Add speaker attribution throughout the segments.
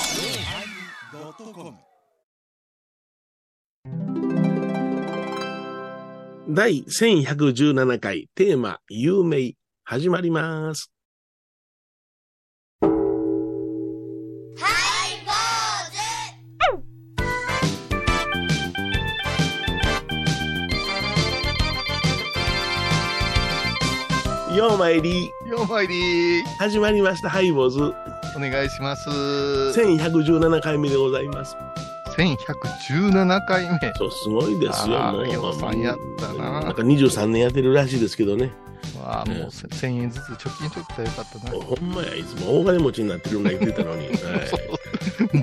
Speaker 1: yosmir
Speaker 2: 第1117回テーマ「有名」始まります。ようまいり
Speaker 3: ようまいりー
Speaker 2: 始まりましたハイボーズ
Speaker 3: お願いします。1117
Speaker 2: 1117回目でございます。
Speaker 3: 回目。
Speaker 2: そうすごいですよ。
Speaker 3: あー
Speaker 2: もう
Speaker 3: ようさんやったな
Speaker 2: なんか23年やってるらしいですけどね。
Speaker 3: わあ、もう1000円ずつ貯金しときたらよかったな。
Speaker 2: ほんまやいつも大金持ちになってるんだ言ってたの に。はい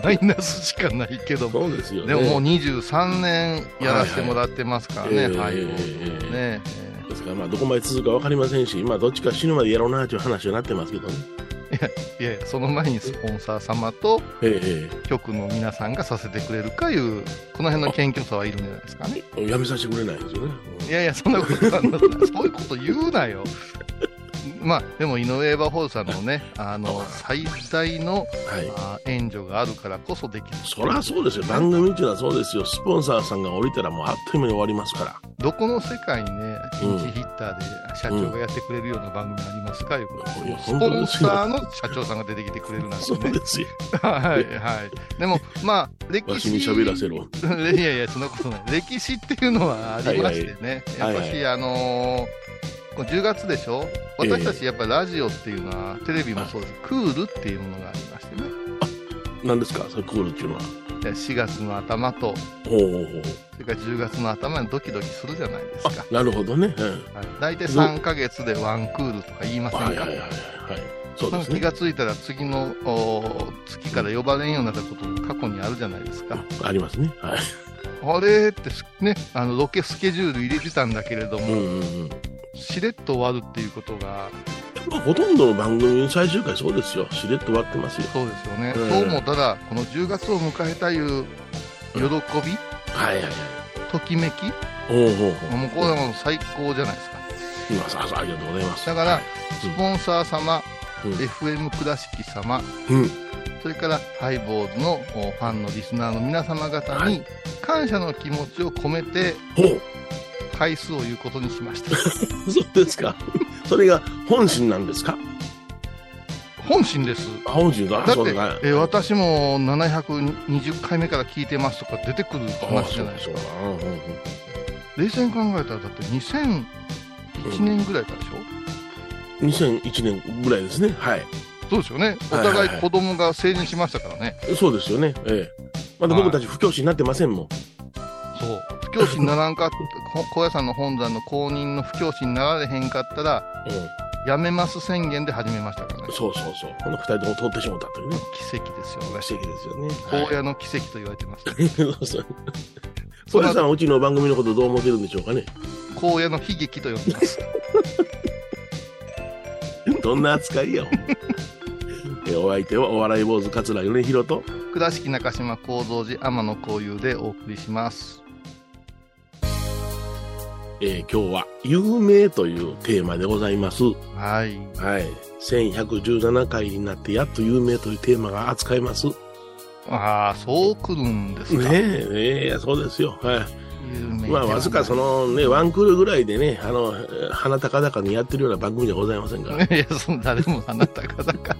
Speaker 3: マイナスしかないけども。
Speaker 2: そうですよね。
Speaker 3: でももう23年やらせてもらってますからね、
Speaker 2: は
Speaker 3: はいい。
Speaker 2: はいええ
Speaker 3: ねえ
Speaker 2: ですから、まあ、どこまで続くか分かりませんし、まあ、どっちか死ぬまでやろうなという話になってますけどね。
Speaker 3: いやいや、その前にスポンサー様と
Speaker 2: え
Speaker 3: 局の皆さんがさせてくれるかいう、この辺の謙虚さはいるんじゃないですかね。
Speaker 2: えやめさせてくれないんですよね。
Speaker 3: いやいや、そんなことはなそういうこと言うなよ。まあ、でも、イノエーバーホールさんのね、あの、最大の
Speaker 2: はい。
Speaker 3: あー援助があるからこそできる。
Speaker 2: そりゃそうですよ。番組っていうのはそうですよ。スポンサーさんが降りたらもうあっという間に終わりますから。
Speaker 3: どこの世界にね、ピ
Speaker 2: うん
Speaker 3: ンチヒッターで社長がやってくれるような番組ありますか、いうこと
Speaker 2: いや
Speaker 3: です
Speaker 2: 本
Speaker 3: スポ
Speaker 2: 当で
Speaker 3: ン
Speaker 2: す
Speaker 3: サ
Speaker 2: よ
Speaker 3: ーの社長さんが出てきてくれるなんて
Speaker 2: そう
Speaker 3: ね。
Speaker 2: ですよ。
Speaker 3: はいはい。でも、まあ、歴
Speaker 2: わしに
Speaker 3: 史。
Speaker 2: 喋らせろ。
Speaker 3: いやいや、そんなことない。歴史っていうのはありましてね、
Speaker 2: はいはい
Speaker 3: やっぱし、
Speaker 2: はい
Speaker 3: あのーこの10月でしょ、
Speaker 2: ええ
Speaker 3: 私たちやっぱりラジオっていうのは、テレビもそうです、クールっていうものがありましてね、
Speaker 2: 何ですかそれクールっていうのは。
Speaker 3: で4月の頭と、
Speaker 2: ほうほうほう。
Speaker 3: それから10月の頭にドキドキするじゃないですか、
Speaker 2: なるほどね。うん
Speaker 3: はい大体3ヶ月でワンクールとか言いませんか、
Speaker 2: はいはいはいはい。はいそう
Speaker 3: な
Speaker 2: で
Speaker 3: ん
Speaker 2: す
Speaker 3: か
Speaker 2: ね。
Speaker 3: 気がついたら次のお月から呼ばれんようになったことも過去にあるじゃないですか、
Speaker 2: ありますね。はい。
Speaker 3: あれってすね、あのロケスケジュール入れてたんだけれど
Speaker 2: う
Speaker 3: も、
Speaker 2: んうんうん。
Speaker 3: しれっと終わるっていうことが、
Speaker 2: まあほとんどの番組の最終回そうですよ。しれっと終わってますよ。
Speaker 3: そうですよね。
Speaker 2: うん
Speaker 3: そう思ったら、この10月を迎えたいう喜び、
Speaker 2: はいはいはい。
Speaker 3: ときめき、
Speaker 2: ほうほうほう。
Speaker 3: もうこれはもう最高じゃないですか。
Speaker 2: 今さありがとうございます。
Speaker 3: だから、
Speaker 2: うん
Speaker 3: スポンサー様、
Speaker 2: うん
Speaker 3: FM 倉敷様、
Speaker 2: うん。
Speaker 3: それからハイボーズのおファンのリスナーの皆様方
Speaker 2: は
Speaker 3: に、感謝の気持ちを込めて、
Speaker 2: ほう。
Speaker 3: 回数を言うことにしました。
Speaker 2: そうですか。それが本心なんですか。
Speaker 3: 本心です。
Speaker 2: あ本心だ。
Speaker 3: だっ
Speaker 2: そう
Speaker 3: て
Speaker 2: か、
Speaker 3: えー私も720回目から聞いてますとか出てくる
Speaker 2: あ
Speaker 3: 話じ
Speaker 2: そ
Speaker 3: ゃ
Speaker 2: う
Speaker 3: ない
Speaker 2: か
Speaker 3: です
Speaker 2: そ
Speaker 3: か
Speaker 2: う。か。うんうんうん
Speaker 3: 冷静に考えたら、だって2001年ぐらいからでしょ、
Speaker 2: 2001年ぐらいですね。はい。
Speaker 3: そうですよね。お
Speaker 2: はいはいはい
Speaker 3: 互い子供が成人しましたからね。
Speaker 2: そうですよね。ええ。まだ
Speaker 3: はい
Speaker 2: 僕たち不教師になってませんもん。
Speaker 3: そう。不教師にならんか っこ高野山の本山の公認の不教師になられへんかったら、
Speaker 2: うん。
Speaker 3: やめます宣言で始めましたからね。
Speaker 2: そうそうそう。この二人とも通ってしまったというね。
Speaker 3: 奇跡ですよね。
Speaker 2: 奇跡ですよね。
Speaker 3: 高
Speaker 2: は
Speaker 3: 野の奇跡と言われてます。
Speaker 2: い。そうそう。それさんうちの番組のことどう思ってるんでしょうかね。
Speaker 3: 高野の悲劇と呼んでます。
Speaker 2: どんな扱 いや。ほんまえお相手はお笑い坊主桂米広と。
Speaker 3: 倉敷中島幸三寺天野幸雄でお送りします。
Speaker 2: えー、今日は有名というテーマでございます。
Speaker 3: はい。
Speaker 2: はい。1117回になって、やっと有名というテーマが扱います。ね
Speaker 3: ああ、そうくるんですか。
Speaker 2: え、ねえ、そうですよ。は
Speaker 3: 有名
Speaker 2: い。
Speaker 3: で
Speaker 2: ま
Speaker 3: は
Speaker 2: あ、
Speaker 3: ない
Speaker 2: わずかそのね、ワンクールぐらいでね、あの、えー鼻高々にやってるような番組じゃございませんから。
Speaker 3: いや、その誰もあなたが だか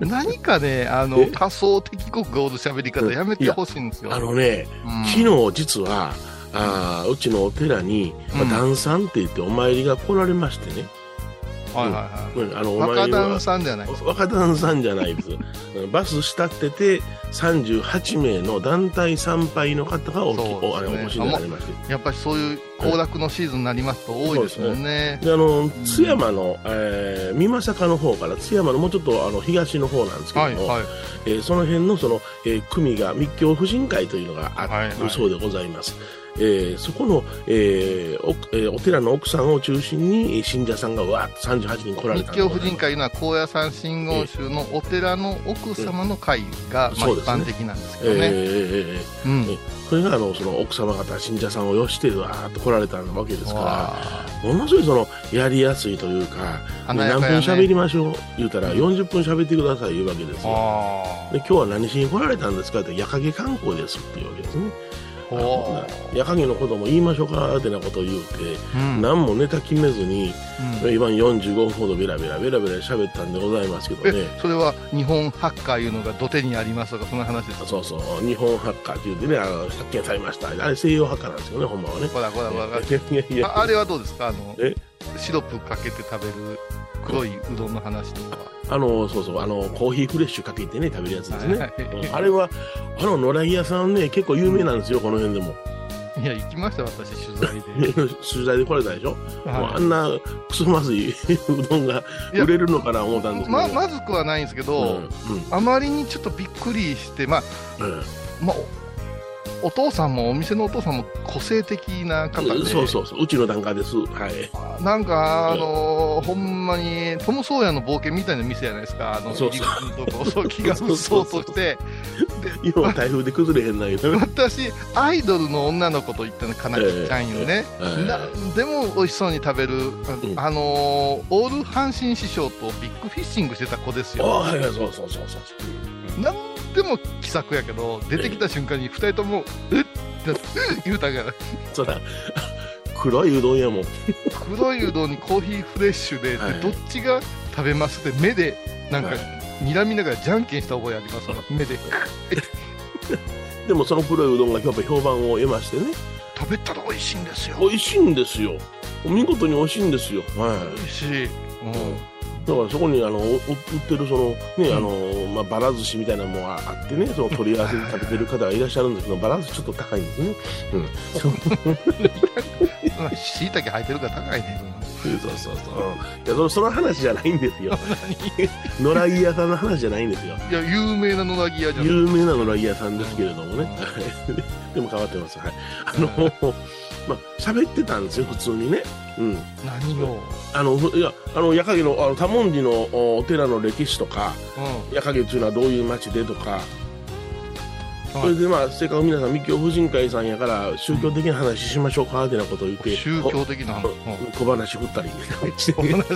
Speaker 3: ら、何かね、あの
Speaker 2: え、
Speaker 3: 仮想敵国がおる喋り方やめてほしいんですよ。
Speaker 2: あのね、
Speaker 3: うん
Speaker 2: 昨日実は、あーうちのお寺に、まあ、
Speaker 3: うん
Speaker 2: 段さんって言ってお参りが来られましてね。
Speaker 3: はいは
Speaker 2: うんあの、
Speaker 3: い
Speaker 2: お
Speaker 3: は
Speaker 2: 参
Speaker 3: い。若
Speaker 2: りは
Speaker 3: 旦さんじゃない。
Speaker 2: 若旦さんじゃないです うんバス慕ってて38名の団体参拝の方がお,、おあ
Speaker 3: そ
Speaker 2: れ
Speaker 3: うですね
Speaker 2: お越しになりまして
Speaker 3: やっぱりそういう行楽のシーズンになりますと多いですもんね。
Speaker 2: であの津山の、えー、美作の方から津山のもうちょっとあの東の方なんですけど
Speaker 3: は
Speaker 2: も
Speaker 3: い、はい。
Speaker 2: えーその辺のその、えー組が密教婦人会というのがあ
Speaker 3: はいはい
Speaker 2: そうでございます、えーそこの、えーおえーお寺の奥さんを中心にえー信者さんがわーっと38人来られ
Speaker 3: 日
Speaker 2: た
Speaker 3: 教婦人会いうのは高野山真言宗のお寺の奥様の会が、まあ、
Speaker 2: そ
Speaker 3: 一
Speaker 2: うですね
Speaker 3: 般的なんですけ
Speaker 2: えー
Speaker 3: ど
Speaker 2: え
Speaker 3: ね、
Speaker 2: ーえー
Speaker 3: うん
Speaker 2: えそれがあのその奥様方信者さんをよしてわーっと来られたわけですか
Speaker 3: わ
Speaker 2: らものすごいそのやりやすいというか、
Speaker 3: あ華や
Speaker 2: 何
Speaker 3: か
Speaker 2: 分
Speaker 3: やね
Speaker 2: 喋りましょう言うたら40分喋ってください言うわけですよ
Speaker 3: あ
Speaker 2: で今日は何しに来られたんですかって夜影観光ですっていうわけですね
Speaker 3: ーおー
Speaker 2: 夜影のことも言いましょうかってなことを言うて、
Speaker 3: うん
Speaker 2: 何もネタ決めずに
Speaker 3: うん
Speaker 2: 今45分ほどベラベラベラベラ喋ったんでございますけどね
Speaker 3: えそれは日本ハッカーいうのが土手にありますとかそんな話ですか
Speaker 2: そうそう日本ハッカーって言ってねあの発見されましたあれ西洋ハッカーなんですよねほんまはね
Speaker 3: こらこらわかる
Speaker 2: いやいやいや
Speaker 3: ああれはどうですかあの
Speaker 2: え
Speaker 3: シロップかけて食べる黒いうどんの話とかは
Speaker 2: あのそうそうあのコーヒーフレッシュかけてね食べるやつですね、
Speaker 3: はいはい
Speaker 2: うんあれはあの野良木屋さんね結構有名なんですよこの辺でも
Speaker 3: いや行きました私取材で、
Speaker 2: 取材で来れたでしょ、もうあ
Speaker 3: は
Speaker 2: んなクソまずい うどんが
Speaker 3: いや
Speaker 2: 売れるのかな思ったんです
Speaker 3: い
Speaker 2: けど
Speaker 3: ままずくはないんですけ
Speaker 2: う
Speaker 3: ど、
Speaker 2: ん
Speaker 3: あまりにちょっとびっくりしてまあ
Speaker 2: うんうん
Speaker 3: まあ、おお父さんもお店のお父さんも個性的な方で、
Speaker 2: そうそうそううちの檀家ですはい
Speaker 3: なんか、あのーほんまにトム・ソーヤの冒険みたいな店じゃないですか、あの
Speaker 2: そうそう
Speaker 3: 入り口のとこそう気がう っそうとして、
Speaker 2: 今は台風で崩れへんないよね
Speaker 3: 私、アイドルの女の子と言ったの、かなきちゃんよね、
Speaker 2: ええ
Speaker 3: なんでも美味しそうに食べる、
Speaker 2: ん
Speaker 3: あのーオール阪神師匠とビッグフィッシングしてた子です
Speaker 2: あ
Speaker 3: よ、
Speaker 2: はいはいそうそうそうそう
Speaker 3: なんでも気さくやけど、出てきた瞬間に2人とも、えっって言うたから。
Speaker 2: そら黒いうどんやもん
Speaker 3: 黒いうどんにコーヒーフレッシュで,で、
Speaker 2: はい
Speaker 3: どっちが食べますって目でなんか
Speaker 2: はい
Speaker 3: 睨みながらじゃんけんした覚えありますもん目で
Speaker 2: でもその黒いうどんがやっぱ評判を得ましてね
Speaker 3: 食べたら美味しいんですよ
Speaker 2: 美味しいんですよ見事に美味しいんですよはい
Speaker 3: 美味しい、うん
Speaker 2: だからそこにあのお売ってるそのね、あのまあばら寿司みたいなもんがあってねその取り合わせで食べてる方がいらっしゃるんですけどばら寿司ちょっと高いんですね。うん、そう
Speaker 3: まあ、椎茸入ってるから高いね
Speaker 2: そうそうそう。いやそのその話じゃないんです よ。野良木屋さんの話じゃないんですよ。
Speaker 3: いや有名な野良木屋じゃん
Speaker 2: 有名な野良木屋さんですけれどもね。 はいでも変わってます。はい。あの、まあ喋ってたんですよ普通にね。うん。
Speaker 3: 何を、
Speaker 2: あのふいやあの矢影のあの多文字のおお寺の歴史とか。
Speaker 3: う
Speaker 2: 矢影っていうのはどういう町でとか、それでまあせっかく皆さん密教婦人会さんやから宗教的な話しましょうかってなことを言っ
Speaker 3: ん、
Speaker 2: て
Speaker 3: 宗
Speaker 2: こ
Speaker 3: 教的な、うん、
Speaker 2: 小話振った りして
Speaker 3: お 話言った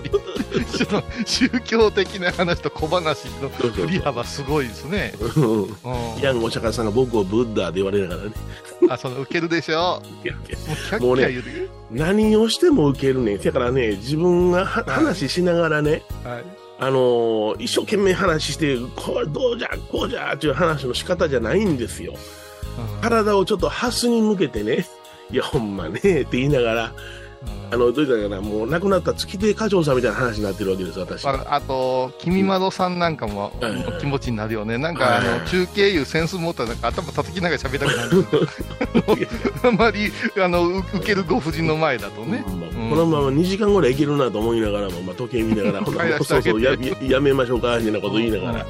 Speaker 3: りその宗教的な話と小話の振り幅すごいですね、
Speaker 2: うん
Speaker 3: うん
Speaker 2: ヤングお釈迦さんが僕をブッダで言われながらね
Speaker 3: あそのウケるでしょもうキャッキ
Speaker 2: もうね
Speaker 3: ャ言うてくる
Speaker 2: 何をしても受けるねんだからね自分がは話しながらね
Speaker 3: はい
Speaker 2: あのー一生懸命話してこれどうじゃこうじゃっていう話の仕方じゃないんですよ体をちょっとハスに向けてね いやほんまねって言いながらあのどういうかなもう亡くなった月亭課長さんみたいな話になってるわけです私
Speaker 3: ああと、君窓さんなんかも
Speaker 2: うん
Speaker 3: お気持ちになるよね、なん
Speaker 2: は
Speaker 3: かあ
Speaker 2: いはい
Speaker 3: の中継いうセンス持ったらなんか頭叩きながら喋りたくなる んですよあんまりあのう受けるご婦人の前だとね、
Speaker 2: ほんま
Speaker 3: うん
Speaker 2: このまま2時間ぐらいいけるなと思いながらも、まあ、時計見なが らほな
Speaker 3: 帰らせて
Speaker 2: そ
Speaker 3: あ
Speaker 2: う
Speaker 3: げて
Speaker 2: そうややめましょうかみたいなこと言いながら、
Speaker 3: う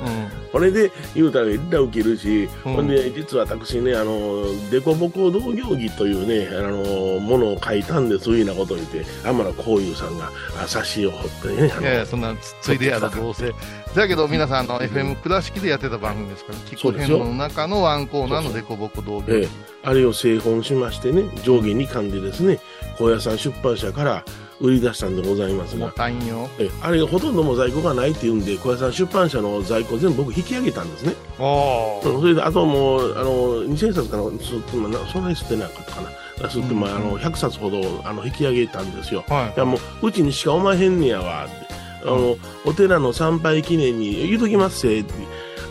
Speaker 2: これで言うたらいっら受けるし、
Speaker 3: うん
Speaker 2: ほんで実は私ねあの凸凹同行儀というねあのものを書いたんですいうようなことを言って天野幸雄さんがあ挿絵を彫ってねあ
Speaker 3: ん、い
Speaker 2: の
Speaker 3: やいや、そんなつついでやろ、どうせ。だけど、皆さん、あの FM 倉敷でやってた番組ですから、キッ
Speaker 2: そう
Speaker 3: ク
Speaker 2: で
Speaker 3: 編
Speaker 2: すよ
Speaker 3: の中のワンコーナーのデコボコ動画、
Speaker 2: ええあれを製本しましてね上下2巻でですね高野山出版社から売り出したんでございます
Speaker 3: 重
Speaker 2: が。
Speaker 3: たいんよ。
Speaker 2: ええあれほとんどもう在庫がないっていうんで小屋さん出版社の在庫全部僕引き上げたんですね
Speaker 3: お
Speaker 2: うんそれであともうあの2000冊かなそなそんなに吸ってなかったかな吸って、まあ、あの100冊ほどあの引き上げたんですよ
Speaker 3: はい
Speaker 2: いやもううちにしかおまへんねやわってあの、お寺の参拝記念に言うときますせって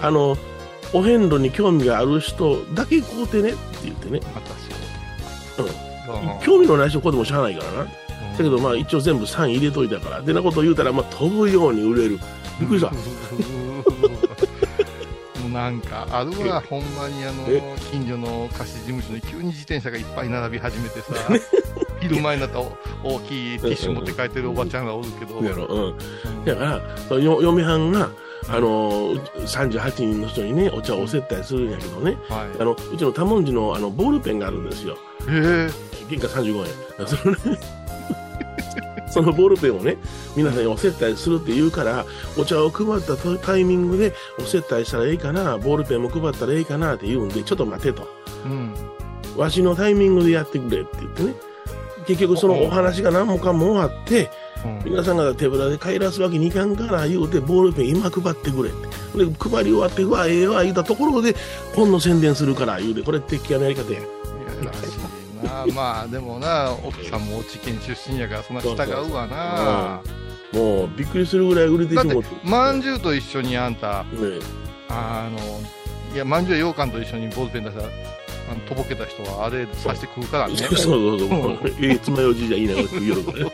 Speaker 2: あのお遍路に興味がある人だけ買うてねって言ってね
Speaker 3: 私
Speaker 2: う
Speaker 3: うん
Speaker 2: 興味のない人こうでもしゃあないからなだ
Speaker 3: うん
Speaker 2: けどまあ一応全部3入れといたからでなこと言うたら、まあ、飛ぶように売れるびっくり した
Speaker 3: もうなんかあるわほんまにあ
Speaker 2: え
Speaker 3: の近所の貸し事務所に急に自転車がいっぱい並び始 めてさ昼前になったらお大きいティッシュ持って帰ってるおばちゃんがおるけど、
Speaker 2: やろうん
Speaker 3: うん
Speaker 2: だからそのよ嫁はんがあの38人の人にねお茶をお接待するんやけどね
Speaker 3: はい。
Speaker 2: あのうちの多文字のあのボールペンがあるんですよ
Speaker 3: えー、
Speaker 2: 原価35円その,、ね、 そのボールペンをね皆さんにお接待するって言うからお茶を配ったタイミングでお接待したらいいかなボールペンも配ったらいいかなって言うんでちょっと待てと
Speaker 3: うん。
Speaker 2: わしのタイミングでやってくれって言ってね結局そのお話が何もかも終わって
Speaker 3: うん
Speaker 2: 皆さんが手ぶらで帰らすわけにいかんから言うてボールペン今配ってくれってで配り終わってうわええわ言うたところで本の宣伝するから言うてこれって極めやり方や
Speaker 3: いやらしいな。まあ、でもな、奥さんも落ち県出身やから、そんな従うわな。
Speaker 2: もうびっくりするぐらい売れて
Speaker 3: だっ
Speaker 2: してもうて、
Speaker 3: まんじゅうと一緒にあんた、
Speaker 2: ね
Speaker 3: あの、いや、まんじゅう羊羹と一緒にボールペン出した、あのとぼけた人は、あれさして食うからね。
Speaker 2: そうそうそう
Speaker 3: う
Speaker 2: そう。ええ、爪楊枝じゃいいながら言うのからね。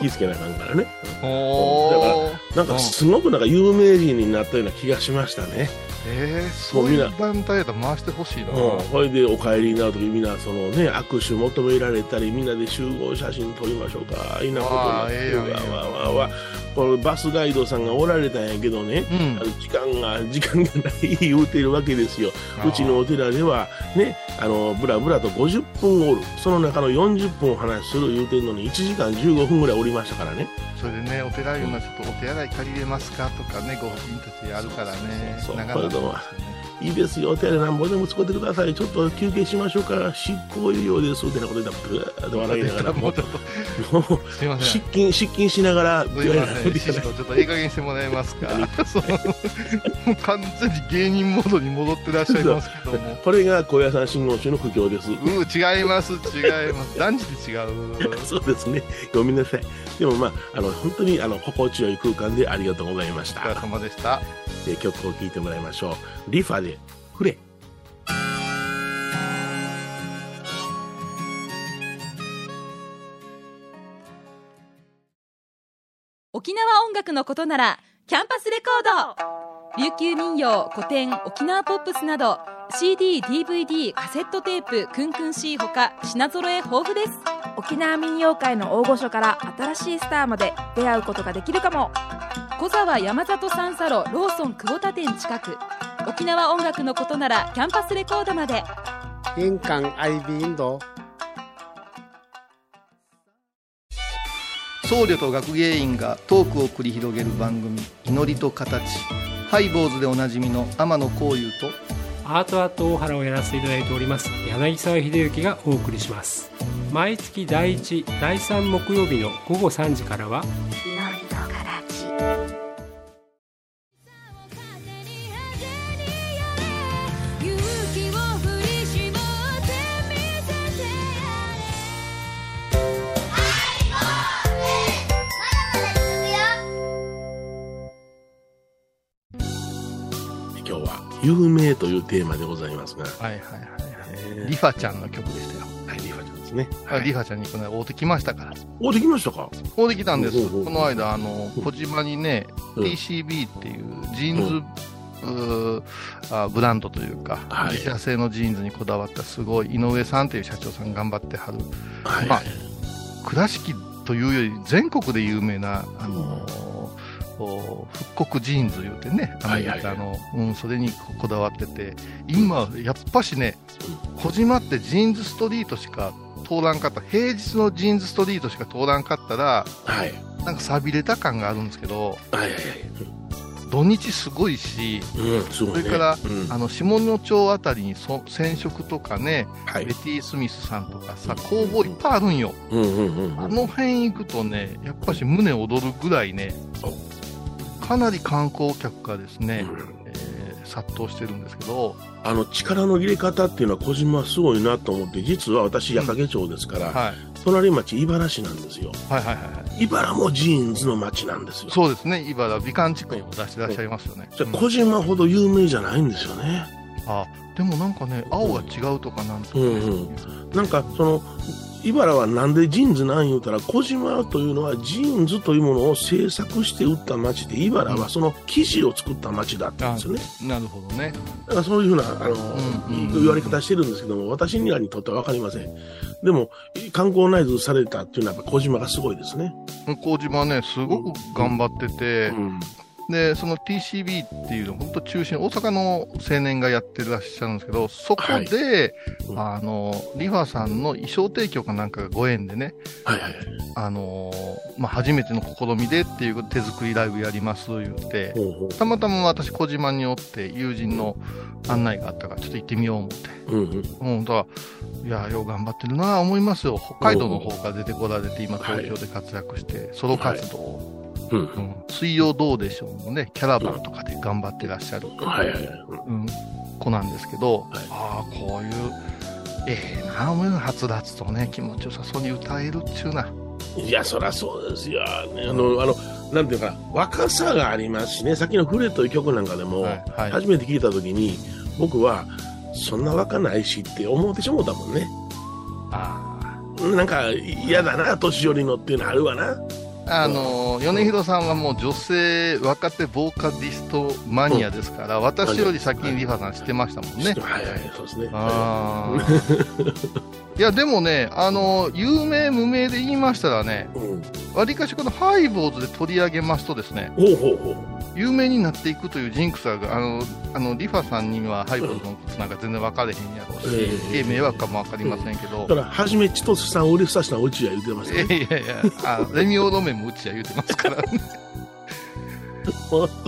Speaker 2: 気ぃつけなあかんからね。
Speaker 3: おー。
Speaker 2: なん
Speaker 3: うん
Speaker 2: か、すごくなんか有名人になったような気がしましたね。
Speaker 3: えー、そういう団体やったら回してほしいな。
Speaker 2: うん。それで、お帰りになるとき、みんな、そのね、握手求められたり、みんなで集合写真撮りましょうか。いいなことになってる
Speaker 3: あーええやんええやん
Speaker 2: わわわわ。これ、バスガイドさんがおられたんやけどね。
Speaker 3: う
Speaker 2: あ
Speaker 3: ん
Speaker 2: の時間が、 時間がない言うてるわけですよ。うちのお寺ではねあのブラブラと50分おるその中の40分お話しする言うてんのに1時間15分ぐらいおりましたからね
Speaker 3: それでね、お寺いうのはちょっとお手洗い借りれますかとかね、ご本人たちやるからね、
Speaker 2: そうそうそう
Speaker 3: 長々とね
Speaker 2: いいですよお寺なんぼでも使ってくださいちょっと休憩しましょうか執行猶予ですみたいなことでブーッと笑いながら
Speaker 3: も
Speaker 2: も
Speaker 3: うちょっと、
Speaker 2: うもう
Speaker 3: すいません
Speaker 2: 失。禁失禁しながら
Speaker 3: すいま せん、師匠、ちょっとええ加減にしてもらえますか。そうもう完全に芸人モードに戻ってらっしゃいますけども。
Speaker 2: これが高野山信号中の苦境です
Speaker 3: うー、違います、違います。断じて違う。
Speaker 2: そうですねごめんなさいでもまああの本当にあの心地よい空間でありがとうございまし
Speaker 3: お疲れ
Speaker 2: た、
Speaker 3: 様でした。
Speaker 2: えー曲を聴いてもらいましょうリファで「フレ」
Speaker 1: 沖縄音楽のことならキャンパスレコード琉球民謡古典沖縄ポップスなど CDDVD カセットテープクンクン C ほか品揃え豊富です
Speaker 4: 沖縄民謡界の大御所から新しいスターまで出会うことができるかも
Speaker 1: 小沢山里三佐路ローソン久保田店近く沖縄音楽のことならキャンパスレコードまで
Speaker 5: 印港 IB 印度。
Speaker 3: 僧侶と学芸員がトークを繰り広げる番組「祈りと形」ハイ坊主でおなじみの天野幸雄と
Speaker 6: アートアート大原をやらせていただいております柳沢秀幸がお送りします毎月第1第3木曜日の午後3時からは
Speaker 2: 今日は「有名」というテーマでございますが、
Speaker 3: はいはいは
Speaker 2: え
Speaker 3: リファちゃんの曲でしたよ、
Speaker 2: ー、はいリファちゃんですね。
Speaker 3: あリファちゃんにこの間会うてきましたから
Speaker 2: おできましたか。
Speaker 3: 会うてきたんです、
Speaker 2: おうおうおう
Speaker 3: この間あの小島にね、
Speaker 2: うん
Speaker 3: TCB っていうジーンズ、うーあブランドというか、
Speaker 2: はい
Speaker 3: 自社製のジーンズにこだわったすごい井上さんっていう社長さん頑張ってはる
Speaker 2: はい。
Speaker 3: まあ倉敷というより全国で有名な、あのーお復刻ジーンズ言うてね、アメリカの、うん、それにここだわってて、今、やっぱしね、小島ってジーンズストリートしか通らんかった、平日のジーンズストリートしか通らんかったら、
Speaker 2: はい。
Speaker 3: なんか寂れた感があるんですけど、
Speaker 2: はいはいはい。
Speaker 3: 土日すごいし、
Speaker 2: うん、すごいね。
Speaker 3: それから
Speaker 2: うん、
Speaker 3: あの下野町あたりにそ染色とかね、
Speaker 2: は
Speaker 3: ベ
Speaker 2: い
Speaker 3: テ。ィ・スミスさんとかさ、工房いっぱいあるんよ。
Speaker 2: うんうんうん
Speaker 3: あ
Speaker 2: うん。
Speaker 3: の辺行くとね、やっぱし胸躍るぐらいね、かなり観光客がですね、
Speaker 2: うん
Speaker 3: えー殺到してるんですけど、
Speaker 2: あの力の入れ方っていうのは小島はすごいなと思って実は私矢掛町ですから、
Speaker 3: はい、
Speaker 2: 隣町茨城なんですよ
Speaker 3: はいはいはいはい
Speaker 2: 茨もジーンズの町なんですよ
Speaker 3: そうですね、茨城美観地区にも出してらっしゃいますよね。
Speaker 2: じゃ
Speaker 3: うん
Speaker 2: 小島ほど有名じゃないんですよね
Speaker 3: あでもなんかね、青が違うとかなんとかね、
Speaker 2: うんなんかその茨はなんでジーンズなん言うたら小島というのはジーンズというものを製作して売った町で茨はその生地を作った町だったんですよね、
Speaker 3: なるほどね。
Speaker 2: だからそういうふうなあの、
Speaker 3: うん
Speaker 2: いい言われ方してるんですけども私にはにとっては分かりませんでも観光内図されたっていうのはやっぱ小島がすごいですね、
Speaker 3: 向島ね、すごく頑張ってて、
Speaker 2: ん、
Speaker 3: で、その TCB っていうの、本当中心、大阪の青年がやってらっしゃるんですけど、そこで、
Speaker 2: うん
Speaker 3: あの、リファさんの衣装提供かなんかがご縁でね、
Speaker 2: はいはいはい。
Speaker 3: あのーまあ、初めての試みでっていう手作りライブやります言って、
Speaker 2: ほうほ
Speaker 3: たまたま私、小島におって友人の案内があったから、ちょっと行ってみよう思って。
Speaker 2: う。うんうん。
Speaker 3: うん、だから、いや、よう頑張ってるなぁ思いますよ。北海道の方から出てこられて、今東京で活躍して、ソロ活動を、
Speaker 2: うん
Speaker 3: う。ん水曜どうでしょうもね、キャラバンとかで頑張ってらっしゃる、
Speaker 2: はいはいはい。
Speaker 3: うん、子なんですけど、
Speaker 2: い
Speaker 3: ああ、こういう、ええなぁ思いのはつらつとね、気持ちよさそうに歌えるっちゅうな。
Speaker 2: いや、そりゃそうですよ、ねあの。あの、なんていうか、若さがありますしね、さっきのフレという曲なんかでも、
Speaker 3: はい、はい
Speaker 2: 初めて聞いたときに、僕は、そんな若ないしって思うてしもうたもんね。
Speaker 3: あ
Speaker 2: なんか嫌だな、年寄りのっていうのあるわな。
Speaker 3: ーあのー米広さんはもう女性若手ボーカリストマニアですから、私より先にリファさん知ってましたもんね。
Speaker 2: はいはい、そうですね。
Speaker 3: あー いやでもね、あの有名、無名で言いましたらね、
Speaker 2: うん、
Speaker 3: わりかしこのハイボーズで取り上げますと、ですね
Speaker 2: ほうほうほう。
Speaker 3: 有名になっていくというジンクスは、あのあのリファさんにはハイボーズのことなんか全然分かれへんやろうし、
Speaker 2: ええ
Speaker 3: ええ迷惑かも分かりませんけど
Speaker 2: だか、ら、はじめ、ちとすさん、オリフサシさん、うちや言ってましたね。
Speaker 3: いやいやいや、あレミオロメンもうちや言うてますから、 ね、で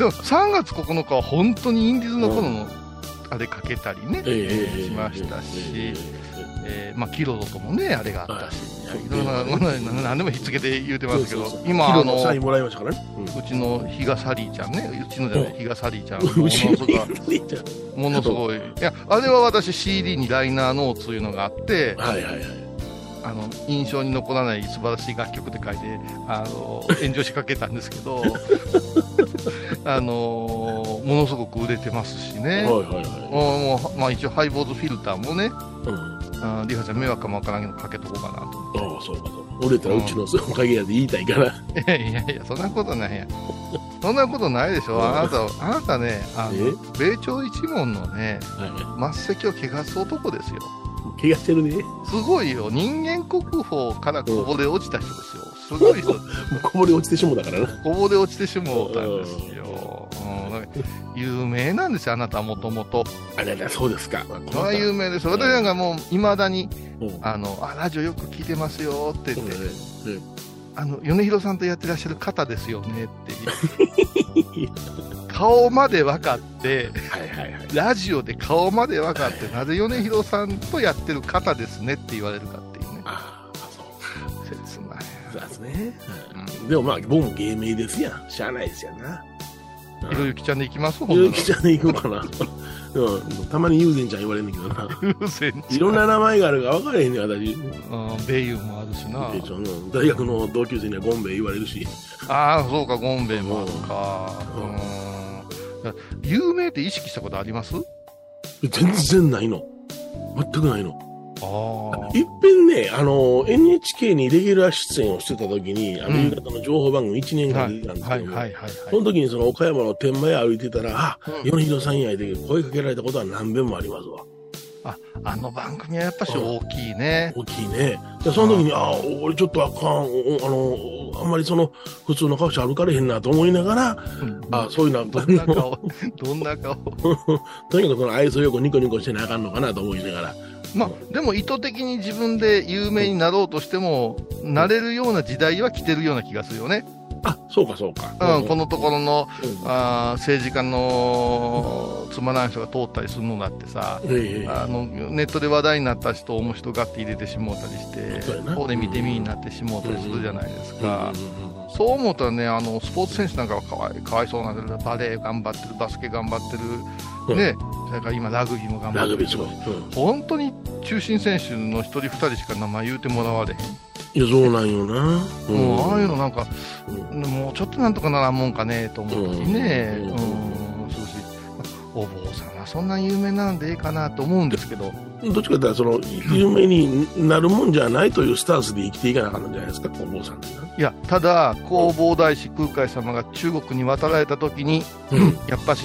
Speaker 3: も3月9日は本当にインディーズの頃のあれかけたりね、しましたし。えーまあ、キロロともね、あれがあったし、
Speaker 2: はい
Speaker 3: いろんな、な何でもひっつけて言うてますけど、
Speaker 2: 今、
Speaker 3: 今、
Speaker 2: キ
Speaker 3: あ
Speaker 2: ロ
Speaker 3: の
Speaker 2: のサイン
Speaker 3: う
Speaker 2: もらいましたからね。
Speaker 3: ちの比嘉サリーちゃんね、うちのじゃな
Speaker 2: う
Speaker 3: い、比嘉サリー ちゃん、
Speaker 2: うん
Speaker 3: ものすごい、
Speaker 2: は
Speaker 3: ものすごい、いや、あれは私、CD にライナーノーツいうのがあって、
Speaker 2: いはいはい。
Speaker 3: あの印象に残らない素晴らしい楽曲で書いて、あの炎上しかけたんですけど、 あのものすごく売れてますし
Speaker 2: はい
Speaker 3: ね、
Speaker 2: は
Speaker 3: も
Speaker 2: いは
Speaker 3: うもうまあ、一応、ハイボーズフィルターも
Speaker 2: い。
Speaker 3: ね、
Speaker 2: うん
Speaker 3: あーリハちゃん、迷惑かもわからんけど、かけとこうかなと。
Speaker 2: ああ、そうかそうか。俺たらうちのおかげやで言いたいから。
Speaker 3: いやいやいや、そんなことないや。そんなことないでしょ。あなた、あなたね、あ
Speaker 2: え
Speaker 3: の、米朝一門のね、
Speaker 2: は
Speaker 3: 末席を汚す男ですよ。
Speaker 2: い。怪我してるね。も
Speaker 3: すごいよ。人間国宝からこぼれ落ちた人ですよ。す ごい人、
Speaker 2: うこぼれ落ちてしもうだからな。
Speaker 3: こぼれ落ちてしもうたんですよ。うん、だから有名なんですよ、あなたもともと。
Speaker 2: あれだ、そうですか。まあ
Speaker 3: それは有名ですよ。
Speaker 2: うん
Speaker 3: 私なんかもう、いまだに、
Speaker 2: うんうん
Speaker 3: あの、あ、ラジオよく聞いてますよって言って、
Speaker 2: うん
Speaker 3: あの、米広さんとやってらっしゃる方ですよねっていう 顔まで分かって、
Speaker 2: はいはいはい。
Speaker 3: ラジオで顔まで分かって、なぜ米広さんとやってる方ですねって言われるかっていうね、
Speaker 2: ああ、そう
Speaker 3: 切ない。
Speaker 2: か。そうですね。うんでもまあ、僕も芸名ですやん。しゃあないですやな。
Speaker 3: ひろゆきちゃんで行きますほん
Speaker 2: ゆ
Speaker 3: な
Speaker 2: うきちゃんで行くかな。うん、たまに友禅ちゃん言われんねんけどな。
Speaker 3: ら偶然
Speaker 2: いろんな名前があるから分からへんねん、私。
Speaker 3: うん、米友もあるしな。
Speaker 2: 米朝の大学の同級生にはゴンベイ言われるし。
Speaker 3: ああ、そうか、ゴンベイもあるか。
Speaker 2: う
Speaker 3: うんん。だから有名って意識したことありますあ
Speaker 2: 全然ないの。全くないの。
Speaker 3: あ。
Speaker 2: いっぺんね、あの、NHK にレギュラー出演をしてた時に、あの、
Speaker 3: うん
Speaker 2: 夕方の情報番組1年間
Speaker 3: は
Speaker 2: で出
Speaker 3: い
Speaker 2: てたんです
Speaker 3: は
Speaker 2: け
Speaker 3: い
Speaker 2: ど、
Speaker 3: はいはい
Speaker 2: その
Speaker 3: は
Speaker 2: 時にその岡山の天満屋歩いてたら、あ、
Speaker 3: い。
Speaker 2: 米広さんやで声かけられたことは何遍もありますわ。
Speaker 3: あの番組はやっぱし大きいね。
Speaker 2: 大きいね。で、その時に、
Speaker 3: うん
Speaker 2: あ、俺ちょっとあかん、おあの、あんまりその、普通の顔して歩かれへんなと思いながら、
Speaker 3: うん
Speaker 2: あ、そういうのは、
Speaker 3: どんな顔、どんな顔。
Speaker 2: とにかくこの愛想よくニコニコしてなあかんのかなと思いながら。
Speaker 3: まあ、でも意図的に自分で有名になろうとしても、なれるような時代は来てるような気がするよね。
Speaker 2: あ、そうかそうか。
Speaker 3: うん、このところの、
Speaker 2: うん
Speaker 3: あー政治家のつまらん人が通ったりするのだってさ、
Speaker 2: ええ
Speaker 3: あのネットで話題になった人を面白がって入れてしもうたりして
Speaker 2: そうやな
Speaker 3: こうで見てみになってしもうたりするじゃないですか、
Speaker 2: うんうんうん
Speaker 3: そう思うとねあのスポーツ選手なんかはかわいかわいそうなんだけどバレー頑張ってるバスケ頑張って
Speaker 2: うん
Speaker 3: る、ねそれから今ラグビーも頑張
Speaker 2: ラ
Speaker 3: っ
Speaker 2: グ
Speaker 3: て
Speaker 2: ビー
Speaker 3: る
Speaker 2: すごい。うん
Speaker 3: 本当に中心選手の一人二人しか名前言うてもらわれへん、
Speaker 2: いや、そうなんよな。うん
Speaker 3: もうああいうのなんか
Speaker 2: うん
Speaker 3: もうちょっとなんとかならんもんかねと思うしね、
Speaker 2: う
Speaker 3: うんん、そうし、お坊さんはそんな有名なんでいいかなと思うんですけど、
Speaker 2: どっちかというとその有名になるもんじゃないというスタンスで生きていかなあかったんじゃないですか、お坊さんってない
Speaker 3: や、ただ、弘法大師空海様が中国に渡られた時に、
Speaker 2: うん
Speaker 3: やっぱし、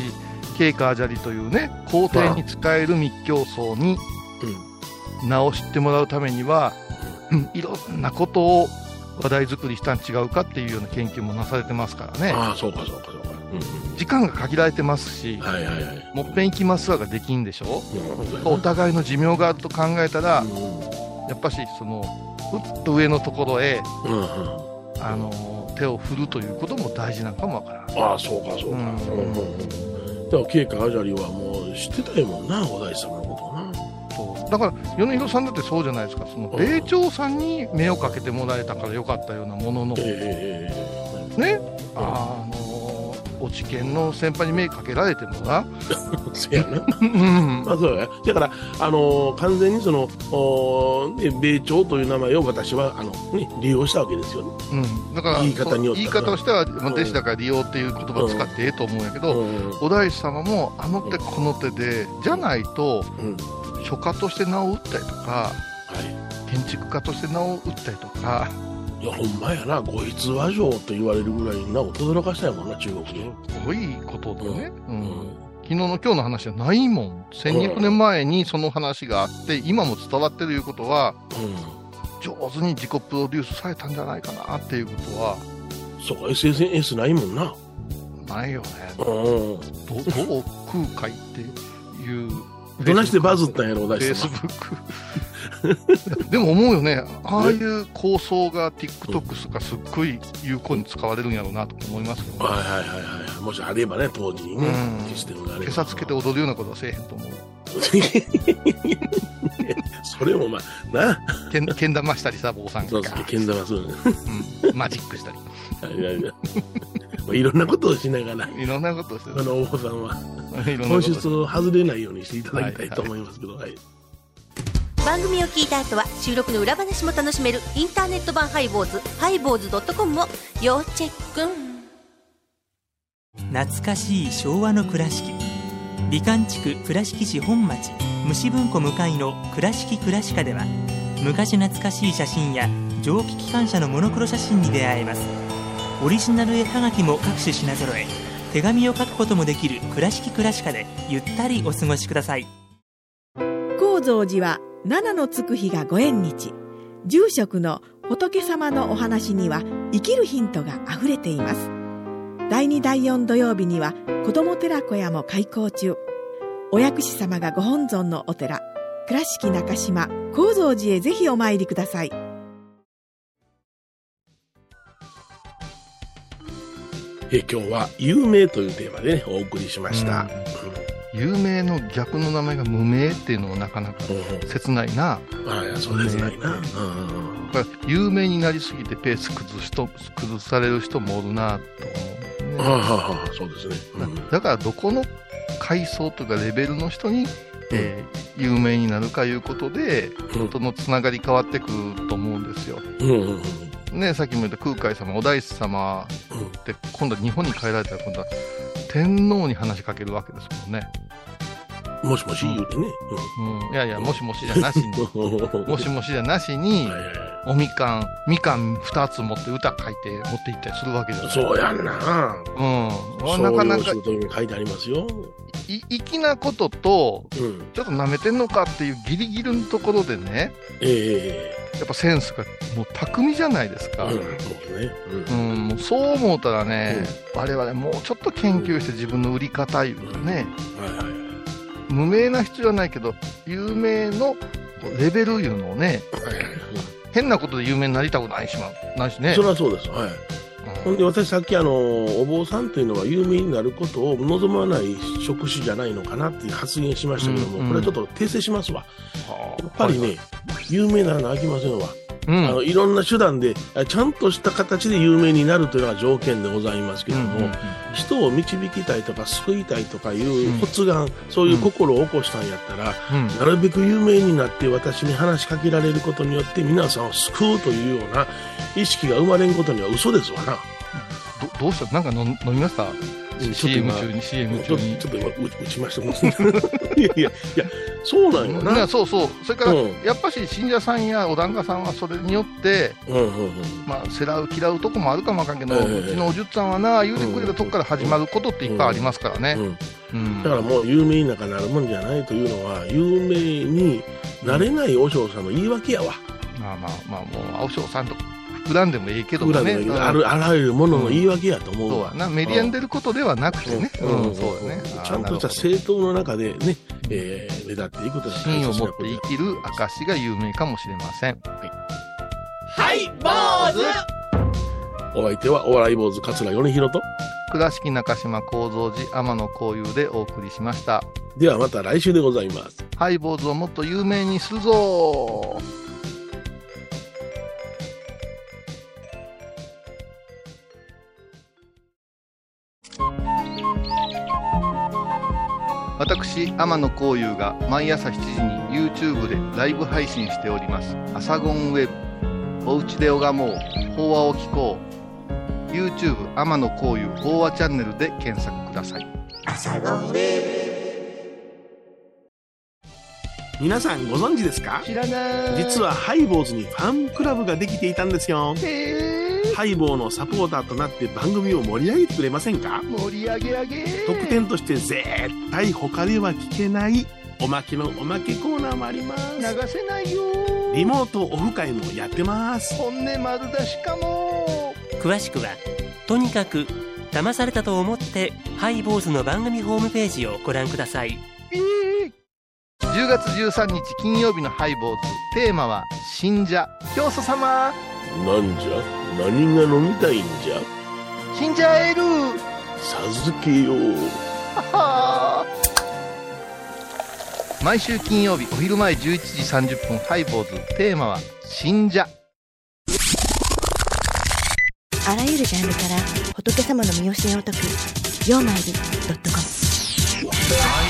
Speaker 3: 慶華アジャリというね、皇帝に仕える密教僧に名を知ってもらうためには、うんいろんなことを話題作りしたん違うかっていうような研究もなされてますからね
Speaker 2: ああ、そうか、そうか、そうか。うんう
Speaker 3: 時間が限られてますし
Speaker 2: ん。はいはいはい。
Speaker 3: 「もっぺん行きますわ」ができんでしょ
Speaker 2: うん
Speaker 3: お互いの寿命があると考えたら
Speaker 2: う
Speaker 3: やっぱしそのうっと上のところへ
Speaker 2: んうん
Speaker 3: あの手を振るということも大事なのかもわからん
Speaker 2: ああ、そうか、そうか。
Speaker 3: うん
Speaker 2: うんうんうんだから、ケイカ・アジャリはもう知ってたよもんな、お大師様のことをな。
Speaker 3: そうだから米広さんだってそうじゃないですかその米朝さんに目をかけてもらえたからよかったようなものの
Speaker 2: え
Speaker 3: ねあのお知見の先輩に目かけられてもな
Speaker 2: えせやな。
Speaker 3: うん
Speaker 2: まあ、そうや。だから、あのー完全にその、おーね米朝という名前を私は、あの、ね、利用したわけですよね。
Speaker 3: うんだから
Speaker 2: 言い方によっては
Speaker 3: 言い方としては、まあ、弟子だから利用っていう言葉を使ってええと思うんやけど、
Speaker 2: ん。
Speaker 3: お大師様もあの手この手でじゃないと
Speaker 2: うん。
Speaker 3: 書家として名を打ったりとか
Speaker 2: は
Speaker 3: 建築家として名を打ったりとか
Speaker 2: い。いや、ほんまやな。五逸和上と言われるぐらいにな、驚かしたやもんな、中国で。
Speaker 3: すごいことでね、う
Speaker 2: うん
Speaker 3: 昨日の今日の話じゃないもん1200年前にその話があって今も伝わってるいうことは上手に自己プロデュースされたんじゃないかなっていうことは
Speaker 2: そうか、SNS ないもんな。
Speaker 3: ないよね
Speaker 2: うん。
Speaker 3: ど どう空海っていう
Speaker 2: どないしてバズったんやろ、お
Speaker 3: フ
Speaker 2: 大
Speaker 3: ェイ
Speaker 2: 師
Speaker 3: ス
Speaker 2: 様。
Speaker 3: ブック でも思うよねああいう構想が TikTok とかすっごい有効に使われるんやろうなと思いますけど、ね、
Speaker 2: はいはいはいはい。もしあればね、当時にね
Speaker 3: うん、
Speaker 2: 消してるのがあれ
Speaker 3: 今
Speaker 2: ば。
Speaker 3: 朝つけて踊るようなことはせえへんと思う
Speaker 2: それもまあ、な、
Speaker 3: けんけん玉したりさ坊さん
Speaker 2: そ
Speaker 3: が
Speaker 2: うそう、けん玉するね。
Speaker 3: うんマジックしたり
Speaker 2: はいはいはい まあいろんなことをしながら、
Speaker 3: いろんなことをして
Speaker 2: あの、お坊さんは、
Speaker 3: いろんなこと
Speaker 2: 本質を外れないようにしていただきたいと思いますけど、はい。
Speaker 7: 番組を聞いた後は収録の裏話も楽しめるインターネット版ハイボーズハイボーズ .com を要チェック
Speaker 8: 懐かしい昭和の倉敷美観地区倉敷市本町虫文庫向かいの「倉敷倉歯科」では昔懐かしい写真や蒸気機関車のモノクロ写真に出会えますオリジナル絵はがきも各種品揃え手紙を書くこともできる「倉敷倉歯科」でゆったりお過ごしください
Speaker 9: 高蔵寺は七のつく日がご縁日住職の仏様のお話には生きるヒントがあふれています第2第4土曜日には子ども寺小屋も開校中お薬師様がご本尊のお寺倉敷中島・高蔵寺へぜひお参りください
Speaker 2: え今日は、有名というテーマでね、お送りしました。
Speaker 3: 有名の逆の名前が無名っていうのもなかなか
Speaker 2: うん
Speaker 3: 切ないな
Speaker 2: うんああいや、そうですないな。うんうんうん
Speaker 3: だから有名になりすぎてペース崩しと崩される人もおるなと思う、
Speaker 2: ああ
Speaker 3: ね
Speaker 2: はあはあ、そうですね。うん
Speaker 3: だだからどこの階層とかレベルの人に、えー有名になるかいうことで
Speaker 2: うん
Speaker 3: 人のつながり変わってくると思うんですよ。
Speaker 2: うんうんうん
Speaker 3: ねさっきも言った空海様お大師様って今度は日本に帰られたら今度は天皇に話しかけるわけですもんね。
Speaker 2: うんもしもし言うてね。
Speaker 3: うん、いやいやもし もしじゃなしに
Speaker 2: うん
Speaker 3: もしもしじゃなしに、
Speaker 2: はいはいは
Speaker 3: おみかん、みかん2つ持って歌書いて持って行ったりするわけじゃない
Speaker 2: いそうやんな。
Speaker 3: うん。
Speaker 2: な
Speaker 3: な
Speaker 2: か
Speaker 3: か
Speaker 2: な
Speaker 3: な
Speaker 2: か
Speaker 3: か
Speaker 2: 仕、事にも書いてありますよ。
Speaker 3: い、粋なことと、
Speaker 2: うん。
Speaker 3: ちょっと舐めてんのかっていうギリギリのところでね、
Speaker 2: え
Speaker 3: やっぱセンスがもう巧みじゃないです
Speaker 2: え
Speaker 3: か。
Speaker 2: う。
Speaker 3: うんん
Speaker 2: そうね。うん。
Speaker 3: もうそう思うたらね、我々もうちょっと研究して自分の売り方いうかね、
Speaker 2: はいはいはい。
Speaker 3: 無名な必要はないけど、有名のレベルいうのをね、変なことで有名になりたくないしま、ないしね
Speaker 2: そ。れはそうです。はい。
Speaker 3: う
Speaker 2: ほ
Speaker 3: ん
Speaker 2: んで私さっきあのお坊さんというのは有名になることを望まない職種じゃないのかなっていう発言しましたけども、
Speaker 3: うんうん
Speaker 2: これはちょっと訂正しますわ。やっぱり
Speaker 3: は
Speaker 2: ね、有名にならなあきませんわ。
Speaker 3: いうん
Speaker 2: あのいろんな手段であちゃんとした形で有名になるというのが条件でございますけども、
Speaker 3: うんうん
Speaker 2: 人を導きたいとか救いたいとかいう
Speaker 3: うん
Speaker 2: コツが、そういう心を起こしたんやったら、
Speaker 3: うん
Speaker 2: なるべく有名になって私に話しかけられることによって皆さんを救うというような意識が生まれんことには嘘ですわな。
Speaker 3: どどうしたなんか飲飲みました
Speaker 2: うん
Speaker 3: ?CM
Speaker 2: ちょっと
Speaker 3: 中に CM
Speaker 2: ち
Speaker 3: 中
Speaker 2: ょ
Speaker 3: に
Speaker 2: ちょっと今打打ちましたもん いやいやいやそうなんよ
Speaker 3: な
Speaker 2: な。
Speaker 3: そうそうそれから、
Speaker 2: うん
Speaker 3: やっぱし信者さんやお檀家さんはそれによって
Speaker 2: うんうんうん
Speaker 3: まあせらう嫌うとこもあるかもわかんけど、
Speaker 2: ええ
Speaker 3: うちのおじゅっさんはな言うてくれたとこから始まることっていっぱいありますからね、
Speaker 2: うん
Speaker 3: うん
Speaker 2: だからもう有名になんかなるもんじゃないというのは有名になれない和尚さんの言い訳やわ。
Speaker 3: まあまあまあもう青翔さんと恨んでもええけども
Speaker 2: 恨
Speaker 3: ね
Speaker 2: み
Speaker 3: うん
Speaker 2: があるあらゆるものの言い訳やと思う
Speaker 3: そう
Speaker 2: わ
Speaker 3: やなメディアに出ることではなくてね、うんそうやね
Speaker 2: ちゃんとした
Speaker 3: 信
Speaker 2: 政党の中でね、えー、目立っていくことが大切
Speaker 3: を
Speaker 2: な
Speaker 3: 持
Speaker 2: こ
Speaker 3: っ
Speaker 2: と
Speaker 3: て生きる証が有名かもしれません
Speaker 2: はい坊主お相手はお笑い坊主桂米広と
Speaker 3: 倉敷中島幸三寺天野幸雄でお送りしました
Speaker 2: ではまた来週でございます
Speaker 3: ハイボーズをもっと有名にするぞ私天野幸雄が毎朝7時に YouTube でライブ配信しております「アサゴンウェブ」「おうちで拝もう法話を聞こう」YouTube 天野幸雄法話チャンネルで検索ください
Speaker 10: 皆さんご存知ですか
Speaker 3: 知らない
Speaker 10: 実はハイボーズにファンクラブができていたんですよハイボーのサポーターとなって番組を盛り上げてくれませんか
Speaker 3: 盛り上げ上げ
Speaker 10: 特典として絶対他では聞けないおまけのおまけコーナーもあります
Speaker 3: 流せないよ
Speaker 10: リモートオフ会もやってます
Speaker 3: 本音丸出しかも
Speaker 8: 詳しくはとにかく騙されたと思ってハイボーズの番組ホームページをご覧ください
Speaker 3: 10月13日金曜日のハイボーズテーマは信者教祖様
Speaker 2: なんじゃ何が飲みたいんじゃ
Speaker 3: 信者エル
Speaker 2: 授けよう
Speaker 3: 毎週金曜日お昼前11時30分ハイボーズテーマは信者
Speaker 11: あらゆるジャンルから仏様の身教えを説く「曜マイルドットコム」